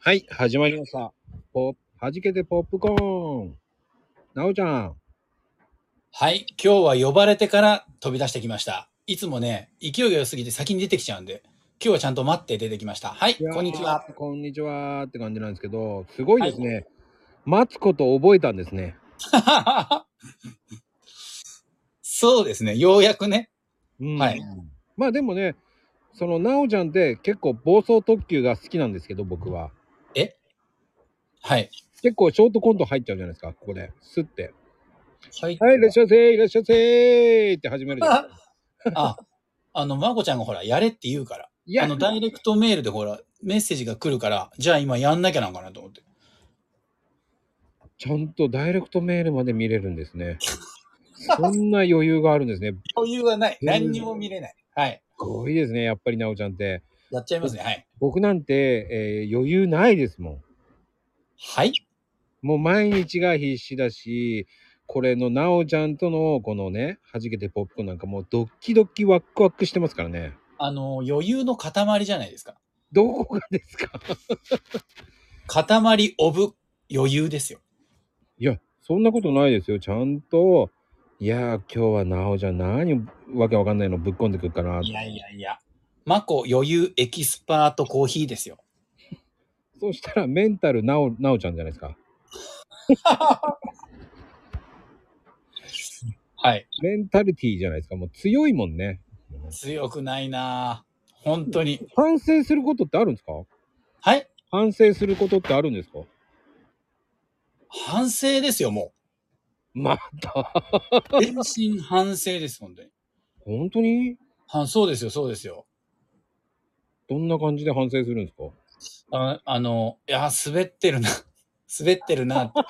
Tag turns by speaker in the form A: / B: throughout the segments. A: はい、始まりました。ポッはじけてポップコーン。なおちゃん。
B: はい、今日は呼ばれてから飛び出してきました。いつもね、勢いが良すぎて先に出てきちゃうんで、今日はちゃんと待って出てきました。はい、
A: いやー
B: こんにちは。。
A: こんにちはって感じなんですけど、すごいですね。待つことを覚えたんですね。
B: そうですね、ようやくね。
A: うん
B: はい。
A: まあでもね、そのなおちゃんって結構暴走特急が好きなんですけど、僕は。
B: はい。
A: 結構ショートコント入っちゃうじゃないですか、ここで。スッて。
B: はい
A: はい、いらっしゃいませいらっしゃいませーって始めるじゃないですか。
B: あ、あの、まこちゃんがほら、やれって言うから。
A: いや
B: あの、ダイレクトメールでほら、メッセージが来るから、じゃあ今やんなきゃなんかなと思って。
A: ちゃんとダイレクトメールまで見れるんです ね。そんな余裕があるんですね。す
B: 余裕はない。
A: うん
B: 何にも見れない。はい。
A: ごいですね、やっぱりなおちゃんって。
B: やっちゃいますね。はい。
A: 僕なんて、えー余裕ないですもん。
B: はい。
A: もう毎日が必死だし、これのなおちゃんとのこのね、弾けてポップコーンなんかもうドッキドキワックワクしてますからね。
B: あの、余裕の塊じゃないですか。
A: どこがですか
B: 塊オブ余裕ですよ。
A: いや、そんなことないですよ。ちゃんと、いやー、今日はなおちゃん何わけわかんないのぶっこんでくるかな。
B: いやいやいや。マコ余裕エキスパートコーヒーですよ。
A: そしたらメンタルなお、なおちゃんじゃないですか。
B: はい。
A: メンタリティーじゃないですか。もう強いもんね。
B: 強くないなぁ本当に。
A: 反省することってあるんですか
B: はい。
A: 反省することってあるんですか
B: 反省ですよ、も
A: また。
B: う。全身反省です、本当に。
A: 本当に
B: はそうですよ、そうですよ。
A: どんな感じで反省するんですか
B: ああの、いや、滑ってるな。 滑ってるなって。い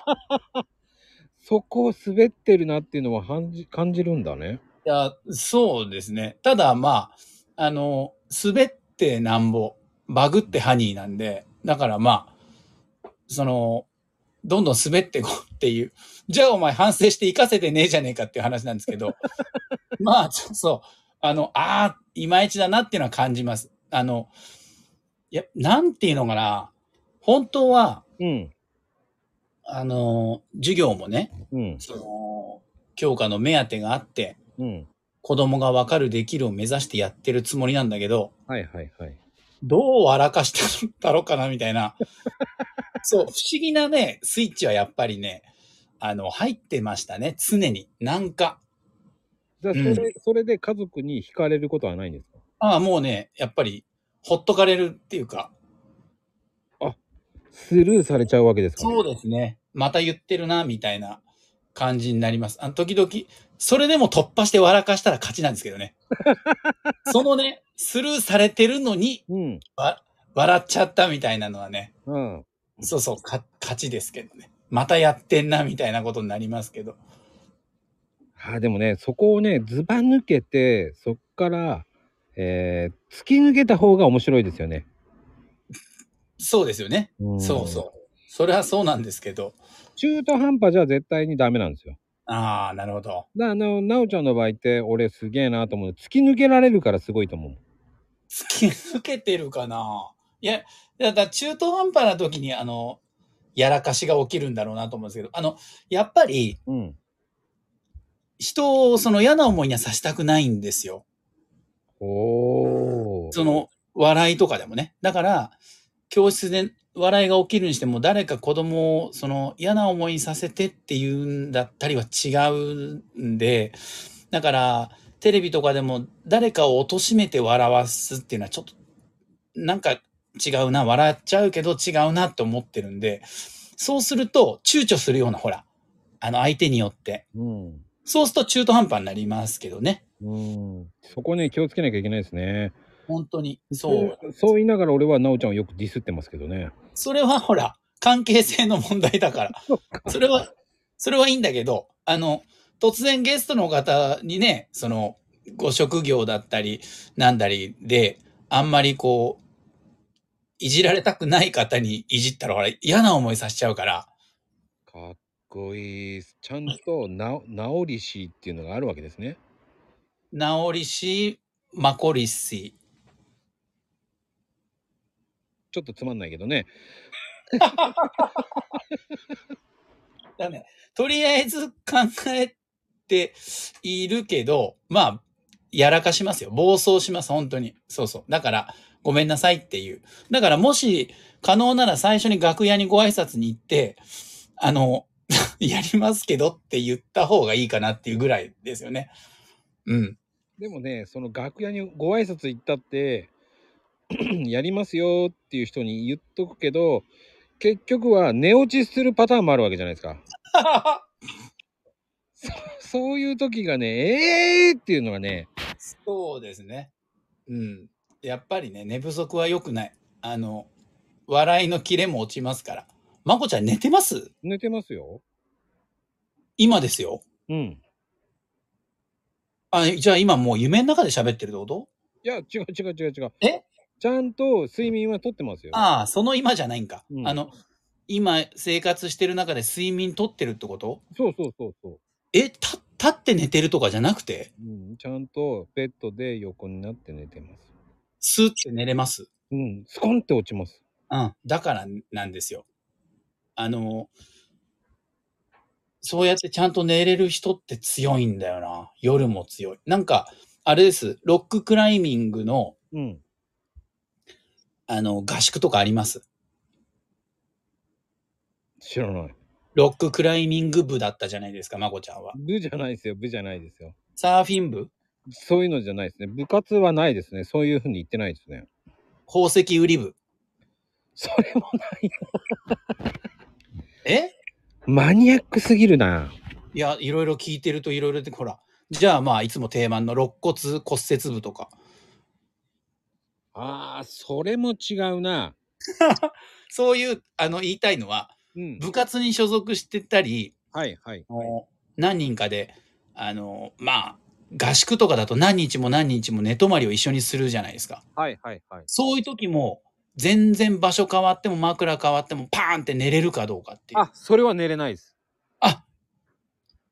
A: そこを滑ってるなっていうのは感じ感じるんだね。
B: や、そうですね。ただ、まあ、あの、滑ってなんぼ、バグってハニーなんで、だからまあ、その、どんどん滑ってこうっていう。じゃあお前反省して生かせてねえじゃねえかっていう話なんですけど。まあ、ちょっとそう。あの、ああ、いまいちだなっていうのは感じます。あの、いや、なんていうのかな。本当は、
A: うん。
B: あの、授業もね、
A: うん。
B: その、教科の目当てがあって、
A: うん。
B: 子供がわかるできるを目指してやってるつもりなんだけど、
A: はいはいはい。
B: どう笑かしたんだろうかな、みたいな。そう、不思議なね、スイッチはやっぱりね、あの、入ってましたね、常に。なんか。
A: じゃあそれ、
B: うん
A: それで家族に惹かれることはないんですか
B: ああ、もうね、やっぱり、ほっとかれるっていうか。
A: スルーされちゃうわけですか、ね、
B: そうですね。また言ってるな、みたいな感じになります。あの、時々、それでも突破して笑かしたら勝ちなんですけどね。そのね、スルーされてるのに、
A: うん。
B: わ、笑っちゃったみたいなのはね、
A: うん。
B: そうそう、か、勝ちですけどね。またやってんな、みたいなことになりますけど。
A: あでもね、そこをね、ずば抜けて、そっから、えー、突き抜けた方が面白いですよね。
B: そうですよね。
A: うん
B: そうそう。それはそうなんですけど。
A: 中途半端じゃ絶対にダメなんですよ。
B: ああ、なるほど。
A: だあの、なおちゃんの場合って、俺すげえなと思う。突き抜けられるからすごいと思う。
B: 突き抜け てるかないや、だから中途半端な時に、あの、やらかしが起きるんだろうなと思うんですけど、あの、やっぱり、
A: うん。
B: 人をその嫌な思いにはさせたくないんですよ。
A: おー。
B: その、笑いとかでもね。だから、教室で笑いが起きるにしても、誰か子供をその嫌な思いにさせてっていうんだったりは違うんで、だから、テレビとかでも誰かを貶めて笑わすっていうのはちょっと、なんか違うな、笑っちゃうけど違うなって思ってるんで、そうすると躊躇するような、ほら、あの相手によって。
A: うん。
B: そうすると中途半端になりますけどね。
A: うん、そこね気をつけなきゃいけないですね。
B: 本当に。そう。
A: そう言いながら俺はなおちゃんをよくディスってますけどね。
B: それはほら、関係性の問題だから。 それは、それはいいんだけど、あの、突然ゲストの方にね、その、ご職業だったり、なんだりで、あんまりこう、いじられたくない方にいじったら、ほら、嫌な思いさせちゃうから、
A: かっこいい。ちゃんとな治りしっていうのがあるわけですね。
B: 治りし、まこりし、
A: ちょっとつまんないけどね。
B: だね。とりあえず考えているけど、まあ、やらかしますよ。暴走します、本当に。そうそう。だから、ごめんなさいっていう。だから、もし、可能なら最初に楽屋にご挨拶に行って、あの、 やりますけどって言った方がいいかなっていうぐらいですよね。うん。
A: でもね、その楽屋にご挨拶行ったって、 やりますよっていう人に言っとくけど、結局は寝落ちするパターンもあるわけじゃないですか。そういう時がね、えーっていうのがね、
B: そうですね。うん。やっぱりね、寝不足は良くない。あの、笑いのキレも落ちますから。まこちゃん寝てます
A: 寝てますよ。
B: 今ですよ。
A: うん。
B: あ、じゃあ今もう夢の中で喋ってるってこと
A: いや、違う違う違う違う。
B: え
A: ちゃんと睡眠はとってますよ。
B: ああ、その今じゃないんか。
A: うん
B: あの、今生活してる中で睡眠取ってるってこと
A: そうそうそうそう。
B: え、た、立って寝てるとかじゃなくて、
A: うん、ちゃんとベッドで横になって寝てます。
B: スーって寝れます。
A: うん、スコンって落ちます。
B: うん。だからなんですよ。あの、そうやってちゃんと寝れる人って強いんだよな。夜も強い。なんか、あれです。ロッククライミングの、
A: うん。
B: あの、合宿とかあります。
A: 知らない。
B: ロッククライミング部だったじゃないですか、まこちゃんは。
A: 部じゃないですよ、部じゃないですよ。
B: サーフィン部
A: そういうのじゃないですね。部活はないですね。そういうふうに言ってないですね。
B: 宝石売り部。
A: それもない。
B: え
A: マニアックすぎるな。
B: いや、いろいろ聞いてるといろいろで、ほら。じゃあまあ、いつも定番の肋骨骨折部とか。
A: ああ、それも違うな。
B: そういう、あの、言いたいのは、
A: うん。
B: 部活に所属してたり、
A: はいはい。
B: 何人かで、あの、まあ、合宿とかだと何日も何日も寝泊まりを一緒にするじゃないですか。
A: はいはいはい。
B: そういう時も、全然場所変わっても枕変わってもパーンって寝れるかどうかっていう。
A: あ、それは寝れないです。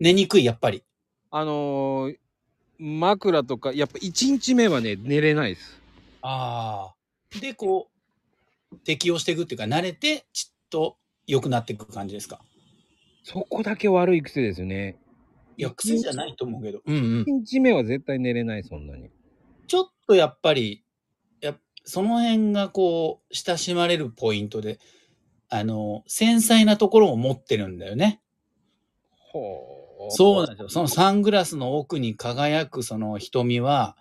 B: 寝にくい、やっぱり。
A: あのー、枕とか、やっぱ1日目はね、寝れないです。
B: ああ。で、こう、適応していくっていうか、慣れて、ちっと良くなっていく感じですか。
A: そこだけ悪い癖ですよね。
B: いや、癖じゃないと思うけど。うんうん
A: 1。日目は絶対寝れない、そんなに。
B: ちょっとやっぱり、やっその辺がこう、親しまれるポイントで、あの、繊細なところを持ってるんだよね。
A: ほ
B: そうなん
A: ん
B: ですよ。そのサングラスの奥に輝くその瞳は、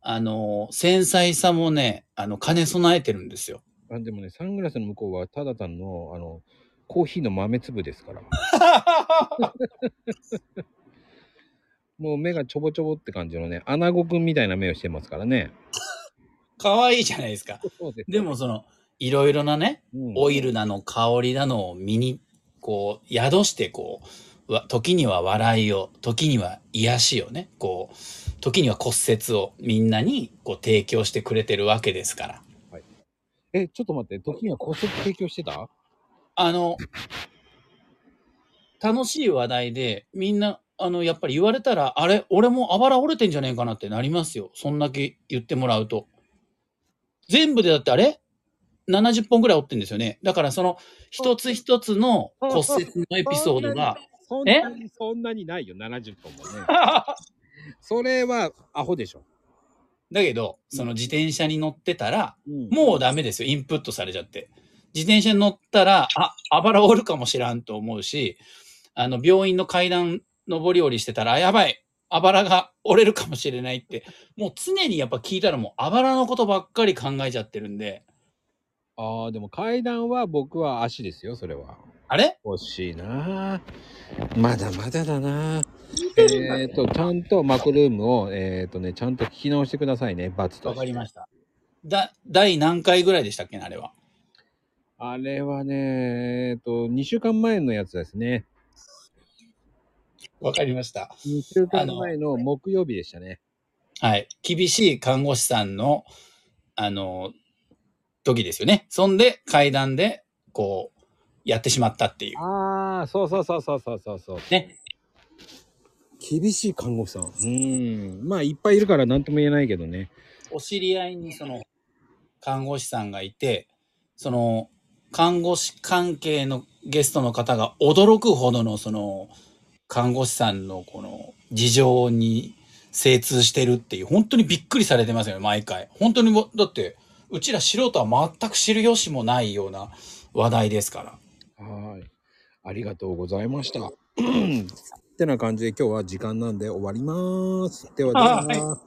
B: あの、繊細さもね、あの、兼ね備えてるん ですよ。
A: あでもね、サングラスの向こうはただ単の、あの、コーヒーの豆粒です から。もう目がちょぼちょぼって感じのね、アナゴくんみたいな目をしてますからね。
B: 可愛いじゃないですか。
A: そうです。
B: でもその、いろいろなね、
A: うん
B: オイルなの香りなのを身に、こう、宿してこう、わ時には笑いを、時には癒しをね、こう、時には骨折をみんなにこう提供してくれてるわけですから。
A: え、ちょっと待って、時には骨折提供してた
B: あの、楽しい話題で、みんな、あの、やっぱり言われたら、あれ、俺もあばら折れてんじゃねえかなってなりますよ。そんだけ言ってもらうと。全部でだってあれ ?70 本ぐらい折ってんですよね。だからその、一つ一つの骨折のエピソー ドが、
A: そん
B: え
A: なに、そんなにないよ、70本もね。それはアホでしょ。
B: だけど、その自転車に乗ってたら、
A: うん
B: もうダメですよ。インプットされちゃって。自転車に乗ったら、あ、あばら折るかもしらんと思うし、あの、病院の階段上り下りしてたら、あやばい、あばらが折れるかもしれないって、もう常にやっぱ聞いたらもうあばらのことばっかり考えちゃってるんで、
A: ああ、でも階段は僕は足ですよ、それは。
B: あれ
A: 欲しいなあまだまだだなあえっ、と、ちゃんとマクルームを、えっ、とね、ちゃんと聞き直してくださいね、罰と
B: わ
A: して。
B: かりました。だ、第何回ぐらいでしたっけね、あれは。
A: あれはね、えっ、と、2週間前のやつですね。
B: わかりました。
A: 2週間前の木曜日でしたね。
B: はい。厳しい看護師さんの、あの、時ですよね。そんで、階段で、こう、やってしまったっていう。
A: ああ、そうそうそうそうそうそうそう。
B: ね。
A: 厳しい看護師さん。うーん。まあ、いっぱいいるから何とも言えないけどね。
B: お知り合いに、その、看護師さんがいて、その、看護師関係のゲストの方が驚くほどのその看護師さんのこの事情に精通してるっていう本当にびっくりされてますよね毎回本当にもうだってうちら素人は全く知る由もないような話題ですから
A: はーい。ありがとうございま した。ってな感じで今日は時間なんで終わります。ではでは。
B: は